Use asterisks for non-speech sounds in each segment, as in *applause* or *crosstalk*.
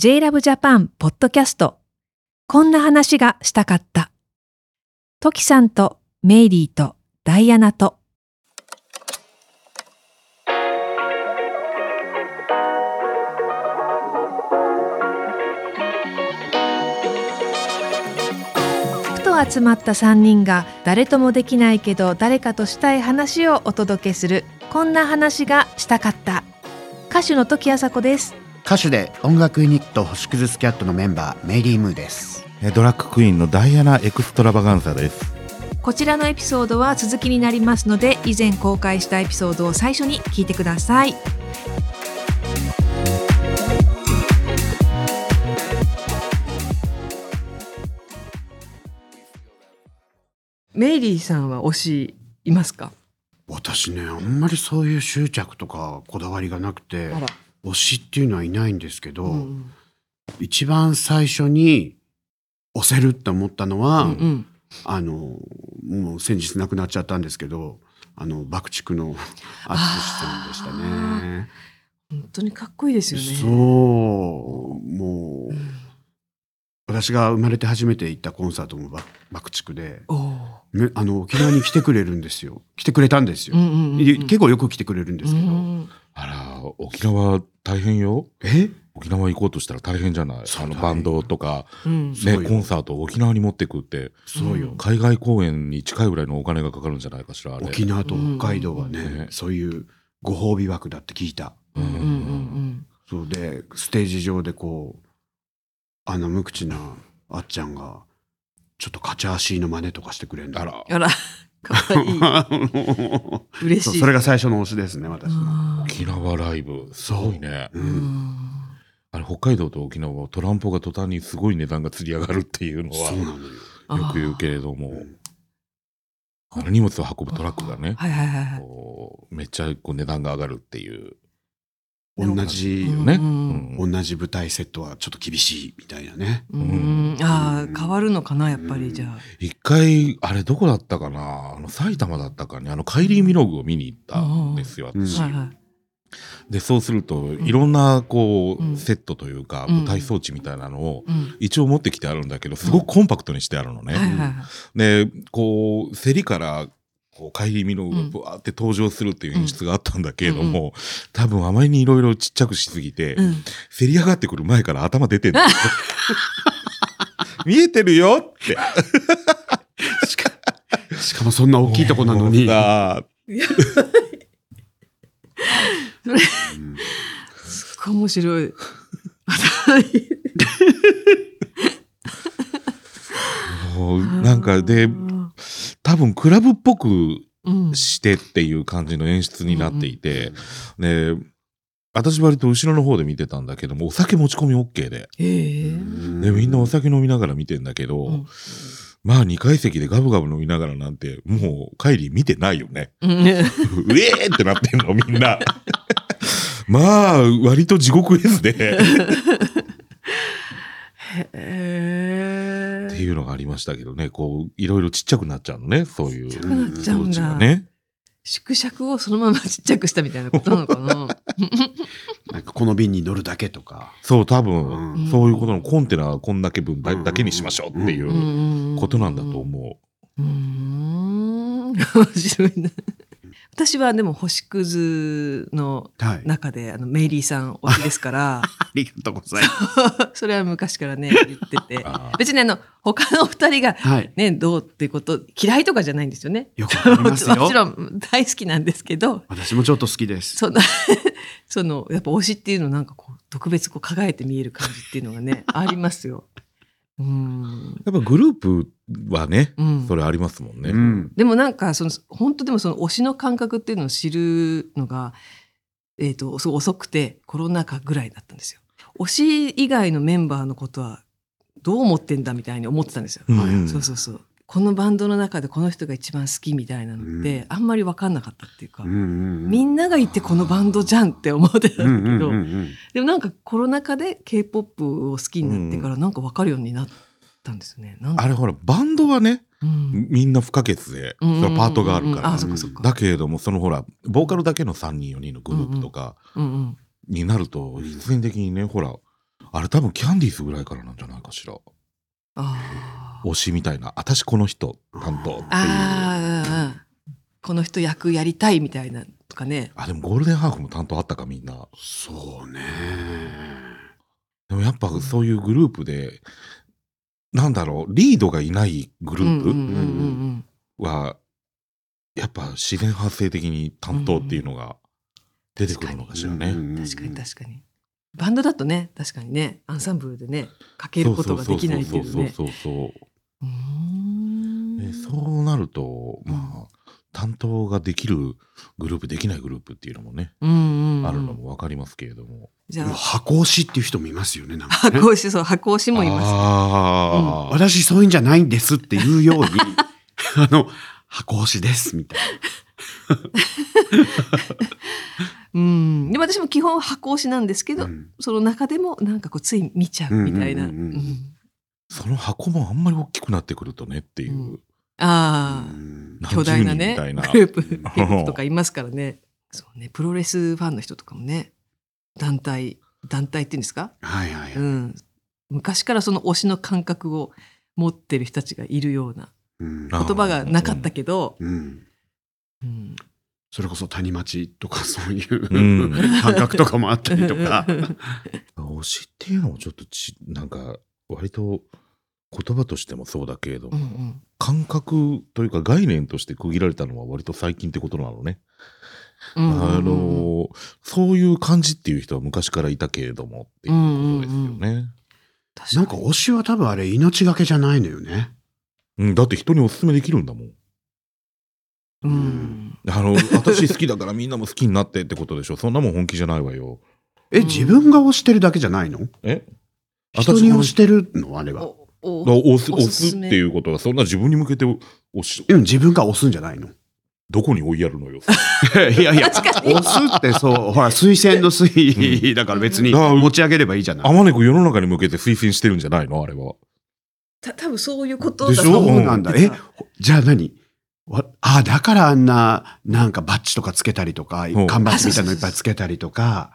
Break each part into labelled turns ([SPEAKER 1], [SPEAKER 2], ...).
[SPEAKER 1] JLAB JAPAN ポッドキャストこんな話がしたかったトキさんとメイリーとダイアナとふと集まった3人が誰ともできないけど誰かとしたい話をお届けするこんな話がしたかった歌手の時あさこです
[SPEAKER 2] 歌手で音楽ユニット星屑スキャットのメンバーメイリー・ムーです
[SPEAKER 3] えドラッグクイーンのダイアナ・エクストラバガンサです。
[SPEAKER 1] こちらのエピソードは続きになりますので以前公開したエピソードを最初に聞いてください
[SPEAKER 4] メイリーさんは推しいますか
[SPEAKER 2] 私ねあんまりそういう執着とかこだわりがなくて
[SPEAKER 4] あら、
[SPEAKER 2] 推しっていうのはいないんですけど、
[SPEAKER 4] うん
[SPEAKER 2] 一番最初に押せるって思ったのは、
[SPEAKER 4] うんうん、
[SPEAKER 2] あのもう先日亡くなっちゃったんですけどあの爆竹のアーティストさん
[SPEAKER 4] 本当にかっこいいで
[SPEAKER 2] です
[SPEAKER 4] よ
[SPEAKER 2] し
[SPEAKER 4] ね
[SPEAKER 2] たね。そうもう、私が生まれて初めて行ったコンサートもば爆竹で、
[SPEAKER 4] おー
[SPEAKER 2] ね、あの沖縄に来てくれるんですよ *laughs* 来てくれたんですよ
[SPEAKER 4] う。んうんうんうん
[SPEAKER 2] い結構よく来てくれるんですけど、
[SPEAKER 4] うん
[SPEAKER 3] あら、沖縄大変よ。
[SPEAKER 2] え
[SPEAKER 3] 沖縄行こうとしたら大変じゃない。
[SPEAKER 2] そう
[SPEAKER 3] あの
[SPEAKER 2] 大変
[SPEAKER 3] バンドとか、
[SPEAKER 4] うん
[SPEAKER 2] そう
[SPEAKER 3] ね、
[SPEAKER 2] よ
[SPEAKER 3] コンサートを沖縄に持ってくって、
[SPEAKER 2] そうよ、
[SPEAKER 4] うん
[SPEAKER 3] 海外公演に近いぐらいのお金がかかるんじゃないかしら、あれ。
[SPEAKER 2] 沖縄と北海道はね、
[SPEAKER 3] うん
[SPEAKER 2] そういうご褒美枠だって聞いた
[SPEAKER 4] うんうんうん
[SPEAKER 2] そうでステージ上でこうあの無口なあっちゃんがちょっとカチャーシーの真似とかしてくれるんだ
[SPEAKER 3] あ
[SPEAKER 2] *laughs*
[SPEAKER 3] ら、
[SPEAKER 4] うんあら *laughs* かわいい嬉
[SPEAKER 2] そう
[SPEAKER 4] しい
[SPEAKER 2] それが最初の推しですね私、
[SPEAKER 4] あー
[SPEAKER 3] 沖縄ライブ、すごいね。
[SPEAKER 2] う
[SPEAKER 4] うんん
[SPEAKER 3] あれ、北海道と沖縄はトランポが途端にすごい値段がつり上がるっていうのは、
[SPEAKER 2] そうなのよ、
[SPEAKER 4] あー
[SPEAKER 3] よく言うけれども、
[SPEAKER 2] うん
[SPEAKER 3] あの荷物を運ぶトラックがね、
[SPEAKER 4] はいはいはいはい
[SPEAKER 3] こうめっちゃこう値段が上がるっていう。
[SPEAKER 2] 同じ、
[SPEAKER 4] うん
[SPEAKER 3] ね。
[SPEAKER 4] うん
[SPEAKER 3] うん
[SPEAKER 2] 同じ舞台セットはちょっと厳しいみたいなね
[SPEAKER 4] うんあ
[SPEAKER 2] うん
[SPEAKER 4] あ変わるのかなやっぱ
[SPEAKER 2] うん
[SPEAKER 4] りじゃあ
[SPEAKER 3] 一回、あれどこだったかなあの埼玉だったかに、あのカイリー・ミノグを見に行ったんですよ、
[SPEAKER 2] うん
[SPEAKER 3] 私。
[SPEAKER 2] うん
[SPEAKER 4] はいはい
[SPEAKER 3] で、そうすると、いろんな、こう、
[SPEAKER 4] うん
[SPEAKER 3] セットというか、
[SPEAKER 4] うん
[SPEAKER 3] 舞台装置みたいなのを、
[SPEAKER 4] うん
[SPEAKER 3] 一応持ってきてあるんだけど、すごくコンパクトにしてあるのね。
[SPEAKER 4] はいはいはい
[SPEAKER 3] で、こう、競りから、こう、カイリー・ミノグがブワーって登場するっていう演出があったんだけれども、多分あまりにいろいろちっちゃくしすぎて、
[SPEAKER 4] うん
[SPEAKER 3] 競り上がってくる前から頭出
[SPEAKER 4] *laughs*
[SPEAKER 3] てんだよ見えてるよって。
[SPEAKER 2] しかしかもそんな大きいとこなの *laughs* に、
[SPEAKER 3] さ
[SPEAKER 2] うん
[SPEAKER 4] すっごい面白い *laughs*
[SPEAKER 3] あもうなんかで
[SPEAKER 4] うん
[SPEAKER 3] 多分クラブっぽく
[SPEAKER 4] うん
[SPEAKER 3] してっていう感じの演出になっていて、ね私割と後ろの方で見てたんだけどもお酒持ち込み OK で
[SPEAKER 4] ええ
[SPEAKER 3] でみんなお酒飲みながら見てんだけど、
[SPEAKER 4] うん
[SPEAKER 3] まあ2階席でガブガブ飲みながらなんてもうカイリー見てないよね
[SPEAKER 4] うんね
[SPEAKER 3] うえーってなってん
[SPEAKER 4] *laughs*
[SPEAKER 3] のみんな *laughs* まあ割と地獄絵図で
[SPEAKER 4] へ
[SPEAKER 3] って
[SPEAKER 4] え。
[SPEAKER 3] いうのがありましたけどねこういろいろちっちゃくなっちゃうのねそういう
[SPEAKER 2] ちっちゃ
[SPEAKER 4] なくなっちゃうん
[SPEAKER 3] 装置が
[SPEAKER 4] だ。
[SPEAKER 3] ね。
[SPEAKER 4] 縮尺をそのままちっちゃくしたみたいなことなのかな。
[SPEAKER 2] なんかこの便に乗るだけとか、
[SPEAKER 3] そう多
[SPEAKER 2] う
[SPEAKER 3] 分、
[SPEAKER 2] ん
[SPEAKER 4] うん
[SPEAKER 3] そういうことのコンテナはこんだけ分だだけにしましょう *laughs* っていうう。
[SPEAKER 4] こ
[SPEAKER 3] ことなんだと思
[SPEAKER 4] うーん。面白いな。私はでも星屑の
[SPEAKER 2] はい、あ
[SPEAKER 4] 中であのメイリーさん推しで
[SPEAKER 3] *laughs*
[SPEAKER 4] すから、
[SPEAKER 2] りがとうございます。
[SPEAKER 4] それは昔からね言って
[SPEAKER 3] う。。
[SPEAKER 4] て
[SPEAKER 3] あ
[SPEAKER 4] 別にあの他のお二人が
[SPEAKER 2] はい、
[SPEAKER 4] ねどうってこと嫌いとかじゃないんですよね。
[SPEAKER 2] よくわかり
[SPEAKER 4] も
[SPEAKER 2] ます
[SPEAKER 4] ちもち
[SPEAKER 2] よ。
[SPEAKER 4] ろん大好きなんですけど、
[SPEAKER 2] 私もちょっと好きです。
[SPEAKER 4] その *laughs* そのやっぱ推しっていうのなんかこう特別こう輝いて見える感じっていうの
[SPEAKER 2] *laughs*
[SPEAKER 4] がねありますよ。うーん、
[SPEAKER 3] やっぱグループはね、
[SPEAKER 4] うん
[SPEAKER 3] それありますもんね。
[SPEAKER 2] うん、
[SPEAKER 4] でもなんかその本当でもその推しの感覚っていうのを知るのが、えー、とそう遅くてコロナ禍ぐらいだったんですよ。推し以外のメンバーのことはどう思ってんだみたいに思ってたんですよ。
[SPEAKER 3] うんうん
[SPEAKER 4] そうそうそうこのバンドの中でこの人が一番好きみたいなのってあんまり分かんなかったっていうか、
[SPEAKER 2] うんうんうん
[SPEAKER 4] みんながいてこのバンドじゃんって思ってた
[SPEAKER 2] うん
[SPEAKER 4] だ
[SPEAKER 2] ん
[SPEAKER 4] けど、
[SPEAKER 2] うんうん
[SPEAKER 4] でもなんかコロナ禍で K-POP を好きになってからなんか分かるようになったんですね。なんだ
[SPEAKER 3] あれほら、バンドはね、
[SPEAKER 4] うん
[SPEAKER 3] みんな不可欠で、それはパートがあるか
[SPEAKER 4] うんうんうんうんあ、
[SPEAKER 3] ら。
[SPEAKER 4] そっかそっか。
[SPEAKER 3] だけれども、そのほら、ボーカルだけの3人、4人のグループとか
[SPEAKER 4] うんうん
[SPEAKER 3] になると、必然的にね、ほら、あれ多分キャンディーズぐらいからなんじゃないかしら
[SPEAKER 4] あー
[SPEAKER 3] 推しみたいな私この人担当っていうあ
[SPEAKER 4] あー、うんうんこの人役やりたいみたいなとかね。
[SPEAKER 3] でもゴールデンハーフも担当あったかみんな
[SPEAKER 2] そうね。
[SPEAKER 3] でもやっぱそういうグループでなんだろうリードがいないグル
[SPEAKER 4] うんうん
[SPEAKER 3] ー
[SPEAKER 4] うんうん
[SPEAKER 3] プはやっぱ自然発生的に担当っていうのが出てくるのかしらね、
[SPEAKER 2] うん
[SPEAKER 4] うん確かに確かに。バンドだとね確かにねアンサンブルでねかけることができないっていうね。
[SPEAKER 3] そうそうそうそうそう
[SPEAKER 4] うーん
[SPEAKER 3] でそうなるとまあ担当ができるグループできないグループっていうのもね、
[SPEAKER 4] うんうんうん
[SPEAKER 3] あるのも分かりますけれども
[SPEAKER 4] じ
[SPEAKER 2] で
[SPEAKER 4] ゃ
[SPEAKER 2] も
[SPEAKER 4] あ
[SPEAKER 2] 箱推しっていう人もいますよね。なんかね
[SPEAKER 4] 箱推しそう箱推しもいます。
[SPEAKER 3] あー
[SPEAKER 2] 私そういうんじゃないんですっていうように *laughs* あの箱推しですみたい
[SPEAKER 4] うん、でも私も基本箱推しなんですけど、
[SPEAKER 2] な。うん
[SPEAKER 4] その中でもなんかこうつい見ちゃうみたいな、
[SPEAKER 2] うんうんうんうん
[SPEAKER 4] うん
[SPEAKER 3] その箱もあんまり大きくなってくるとねっていう、
[SPEAKER 4] うんああ、
[SPEAKER 2] うん
[SPEAKER 3] 何
[SPEAKER 4] 巨大
[SPEAKER 3] 十
[SPEAKER 4] な
[SPEAKER 3] 人
[SPEAKER 4] ね
[SPEAKER 3] みたいな
[SPEAKER 4] グループグループとかいますからねそうねプロレスファンの人とかもね団体団体っていうんですか、
[SPEAKER 2] はいはい。
[SPEAKER 4] うん、昔からその推しの感覚を持ってる人たちがいるような
[SPEAKER 2] うん
[SPEAKER 3] あー
[SPEAKER 4] 言葉がなかったけど、
[SPEAKER 2] うん
[SPEAKER 4] うん。
[SPEAKER 2] それこそ谷町とかそういう、
[SPEAKER 3] うん
[SPEAKER 2] 感覚とかもあったりとか
[SPEAKER 4] *laughs* うん
[SPEAKER 3] 推しっていうのもちょっとちなんか割と言葉としてもそうだけれども、
[SPEAKER 4] うん
[SPEAKER 3] 感覚というか概念として区切られたのは割と最近ってことなのね。
[SPEAKER 4] うんうん
[SPEAKER 3] あのそういう感じっていう人は昔からいたけれどもっていうことですよね。
[SPEAKER 4] 確
[SPEAKER 2] なん
[SPEAKER 4] か
[SPEAKER 2] か
[SPEAKER 4] に
[SPEAKER 2] 推しは多分あれ命がけじゃないのよね。
[SPEAKER 3] うんだって人にお勧めできるんだもん。
[SPEAKER 4] うん
[SPEAKER 3] あ
[SPEAKER 4] *laughs*
[SPEAKER 3] の私好きだからみんなも好きになってってことでしょ。そんなもん本気じゃないわよ。
[SPEAKER 2] え、
[SPEAKER 4] うん
[SPEAKER 2] 自分が推してるだけじゃないの
[SPEAKER 3] え
[SPEAKER 2] 人に推してるのあれは。
[SPEAKER 4] おお
[SPEAKER 3] だ押す
[SPEAKER 4] お
[SPEAKER 3] 押
[SPEAKER 4] す
[SPEAKER 3] す
[SPEAKER 4] す
[SPEAKER 3] っ
[SPEAKER 4] め
[SPEAKER 3] ていうことはそんな自分に向けて押し
[SPEAKER 2] うん、自分が押すんじゃないの
[SPEAKER 3] どこに追いやるのよ。
[SPEAKER 2] いやいや、押すってそう、ほら、推薦の推だから別に
[SPEAKER 3] うんあー
[SPEAKER 2] 持ち上げればいいじゃない。
[SPEAKER 3] あまねく世の中に向けて推薦してるんじゃないのあれは。
[SPEAKER 4] た多分そういうこと
[SPEAKER 3] でしょ
[SPEAKER 4] と思
[SPEAKER 2] そうなんだ。
[SPEAKER 4] う
[SPEAKER 2] え、じゃあ何わああ、だからあんな、なんかバッジとかつけたりとか
[SPEAKER 3] う、
[SPEAKER 2] 看板みたいのいっぱいつけたりとか、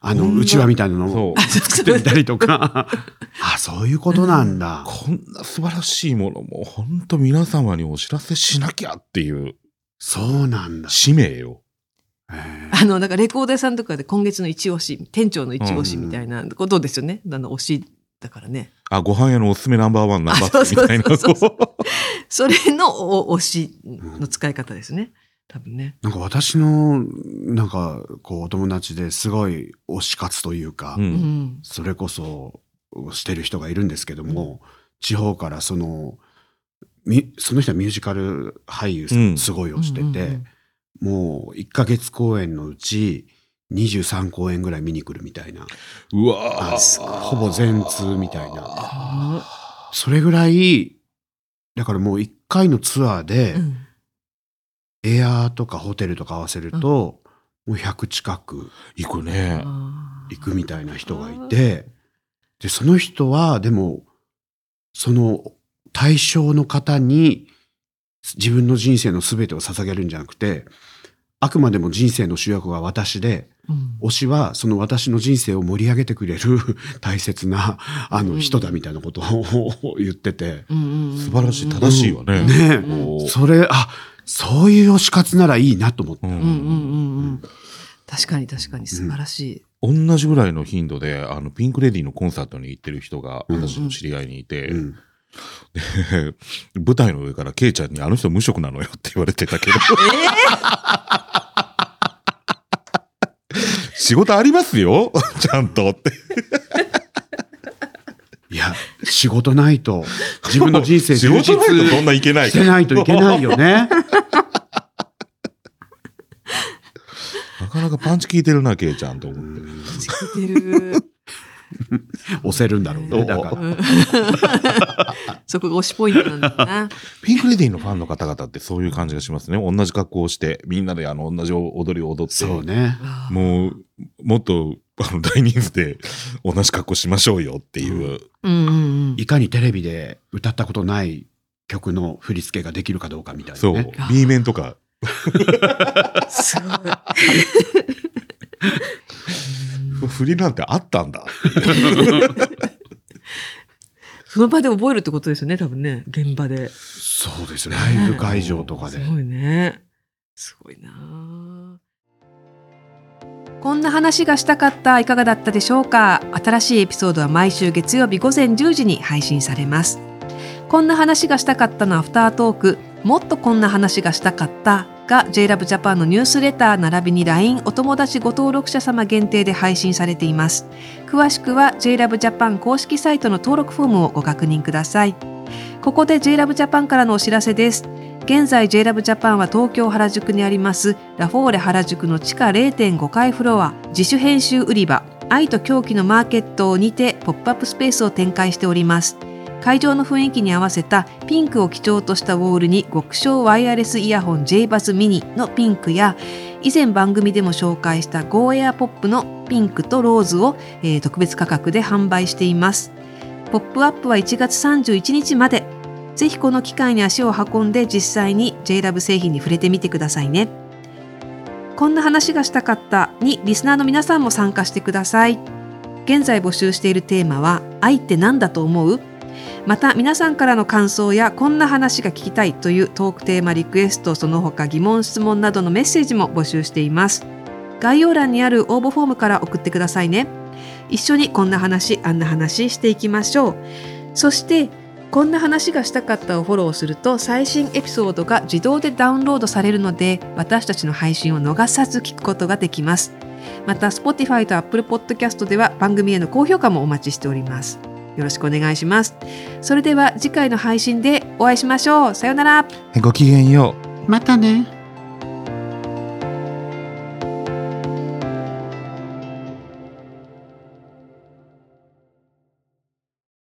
[SPEAKER 2] あの、うちわみたいなの
[SPEAKER 3] そ
[SPEAKER 2] を
[SPEAKER 3] う。
[SPEAKER 2] 作って
[SPEAKER 4] *laughs*
[SPEAKER 2] みたりとか。あ、そういうことなんだ。
[SPEAKER 3] こんな素晴らしいものも本当皆様にお知らせしなきゃっていう
[SPEAKER 2] そうなんだ。
[SPEAKER 3] 使命よ。
[SPEAKER 2] へえ
[SPEAKER 4] あの、なんかレコード屋さんとかで今月の一押し、店長の一押しみたいなことですよね。あの、推しだからね。
[SPEAKER 3] あ、ご飯屋のおすすめナンバーワンナンバーツーみたいな。
[SPEAKER 4] あ *laughs* そうそうそう
[SPEAKER 3] こ
[SPEAKER 4] それのお推しの使い方ですね。多分ね。
[SPEAKER 2] なんか私の、なんか、こう、お友達ですごい推し活というか、
[SPEAKER 3] うう。
[SPEAKER 4] うんん。
[SPEAKER 2] それこそしてる人がいるんですけども、地方からそのみその人はミュージカル俳優さ
[SPEAKER 3] うんん
[SPEAKER 2] すごいをしてて、
[SPEAKER 4] うんうんうん
[SPEAKER 2] もう1ヶ月公演のうち23公演ぐらい見に来るみたいな
[SPEAKER 3] うわ
[SPEAKER 2] あ
[SPEAKER 3] ー
[SPEAKER 2] すほぼ全通みたいな
[SPEAKER 3] あ
[SPEAKER 2] それぐらいだからもう1回のツアーで、
[SPEAKER 4] うん
[SPEAKER 2] エアーとかホテルとか合わせると、もう100近く
[SPEAKER 3] ー行くね。
[SPEAKER 4] あー
[SPEAKER 2] 行くみたいな人がいてでその人はでもその対象の方に自分の人生の全てを捧げるんじゃなくてあくまでも人生の主役は私で
[SPEAKER 4] うん
[SPEAKER 2] 推しはその私の人生を盛り上げてくれる *laughs* 大切なあ
[SPEAKER 4] う
[SPEAKER 2] の
[SPEAKER 4] ん
[SPEAKER 2] 人だみたいなことを言ってて、
[SPEAKER 4] うんうんうん
[SPEAKER 3] 素晴らしい、正しいわね。
[SPEAKER 2] ね
[SPEAKER 4] うん
[SPEAKER 3] こう
[SPEAKER 2] それあそういう推し活ならいいなと思って。
[SPEAKER 3] う
[SPEAKER 4] うんんうんうんうん。確かに確かに素晴らしい。
[SPEAKER 3] 同じぐらいの頻度で、あの、ピンクレディのコンサートに行ってる人が、
[SPEAKER 2] うん
[SPEAKER 3] 私の知り合いにいて、
[SPEAKER 2] うん
[SPEAKER 3] 舞台の上から、ケイちゃんに、あの人無職なのよって言われてたけど、 *laughs* 仕事ありますよちゃんとって。
[SPEAKER 2] いや仕事ないと自分の人生
[SPEAKER 3] 仕
[SPEAKER 2] 充実
[SPEAKER 3] 事ないとそんないけない
[SPEAKER 2] してないといけないよ
[SPEAKER 3] *laughs*
[SPEAKER 2] ね。
[SPEAKER 3] なかなかパンチ効いてるな、ケイちゃんと思って。
[SPEAKER 4] えー、似てる。
[SPEAKER 2] 押せるんだろう
[SPEAKER 3] う
[SPEAKER 2] ね。
[SPEAKER 3] ん
[SPEAKER 2] だから。
[SPEAKER 4] *laughs* そこが推しポイントなんだな。
[SPEAKER 3] ピンクレディーのファンの方々ってそういう感じがしますね。同じ格好をして、みんなであの、同じ踊りを踊って。
[SPEAKER 2] そうね。
[SPEAKER 4] あー
[SPEAKER 3] もう、もっと、あの、大人数で同じ格好しましょうよっていう。
[SPEAKER 4] うんうんうん。
[SPEAKER 2] いかにテレビで歌ったことない曲の振り付けができるかどうかみたいな
[SPEAKER 3] そう
[SPEAKER 2] ね。。
[SPEAKER 3] B 面とか。
[SPEAKER 4] すごい。
[SPEAKER 3] 振りなんてあったんだ。
[SPEAKER 4] その場で覚えるってことですよね、多分ね、現場で。
[SPEAKER 2] そうですね。ライブ会場とか
[SPEAKER 4] す
[SPEAKER 2] で。
[SPEAKER 4] ごいね。すごいな
[SPEAKER 1] こんな話がしたかったいかがだったでしょうか新しいエピソードは毎週月曜日午前10時に配信されますこんな話がしたかったのアフタートークもっとこんな話がしたかったが j l o v e j a p a n のニュースレター並びに LINE お友達ご登録者様限定で配信されています詳しくは j l o v e j a p a n 公式サイトの登録フォームをご確認くださいここで j l o v e j a p a n からのお知らせです現在 j l o v e j a p a n は東京原宿にありますラフォーレ原宿の地下0.5階フロア自主編集売り場愛と狂気のマーケットにてポップアップスペースを展開しております会場の雰囲気に合わせたピンクを基調としたウォールに極小ワイヤレスイヤホン j バズミニのピンクや以前番組でも紹介した GO エアポップのピンクとローズを、えー特別価格で販売していますポップアップは1月31日までぜひこの機会に足を運んで実際に j l o v 製品に触れてみてくださいね。こんな話がしたかったにリスナーの皆さんも参加してください。現在募集しているテーマは愛って何だと思うまた皆さんからの感想やこんな話が聞きたいというトークテーマリクエストその他疑問質問などのメッセージも募集しています概要欄にある応募フォームから送ってくださいね一緒にこんな話あんな話していきましょうそしてこんな話がしたかったをフォローすると最新エピソードが自動でダウンロードされるので私たちの配信を逃さず聞くことができますまた Spotify と Apple Podcast では番組への高評価もお待ちしておりますよろしくお願いしますそれでは次回の配信でお会いしましょうさようなら
[SPEAKER 3] ごきげんよう。
[SPEAKER 2] またね。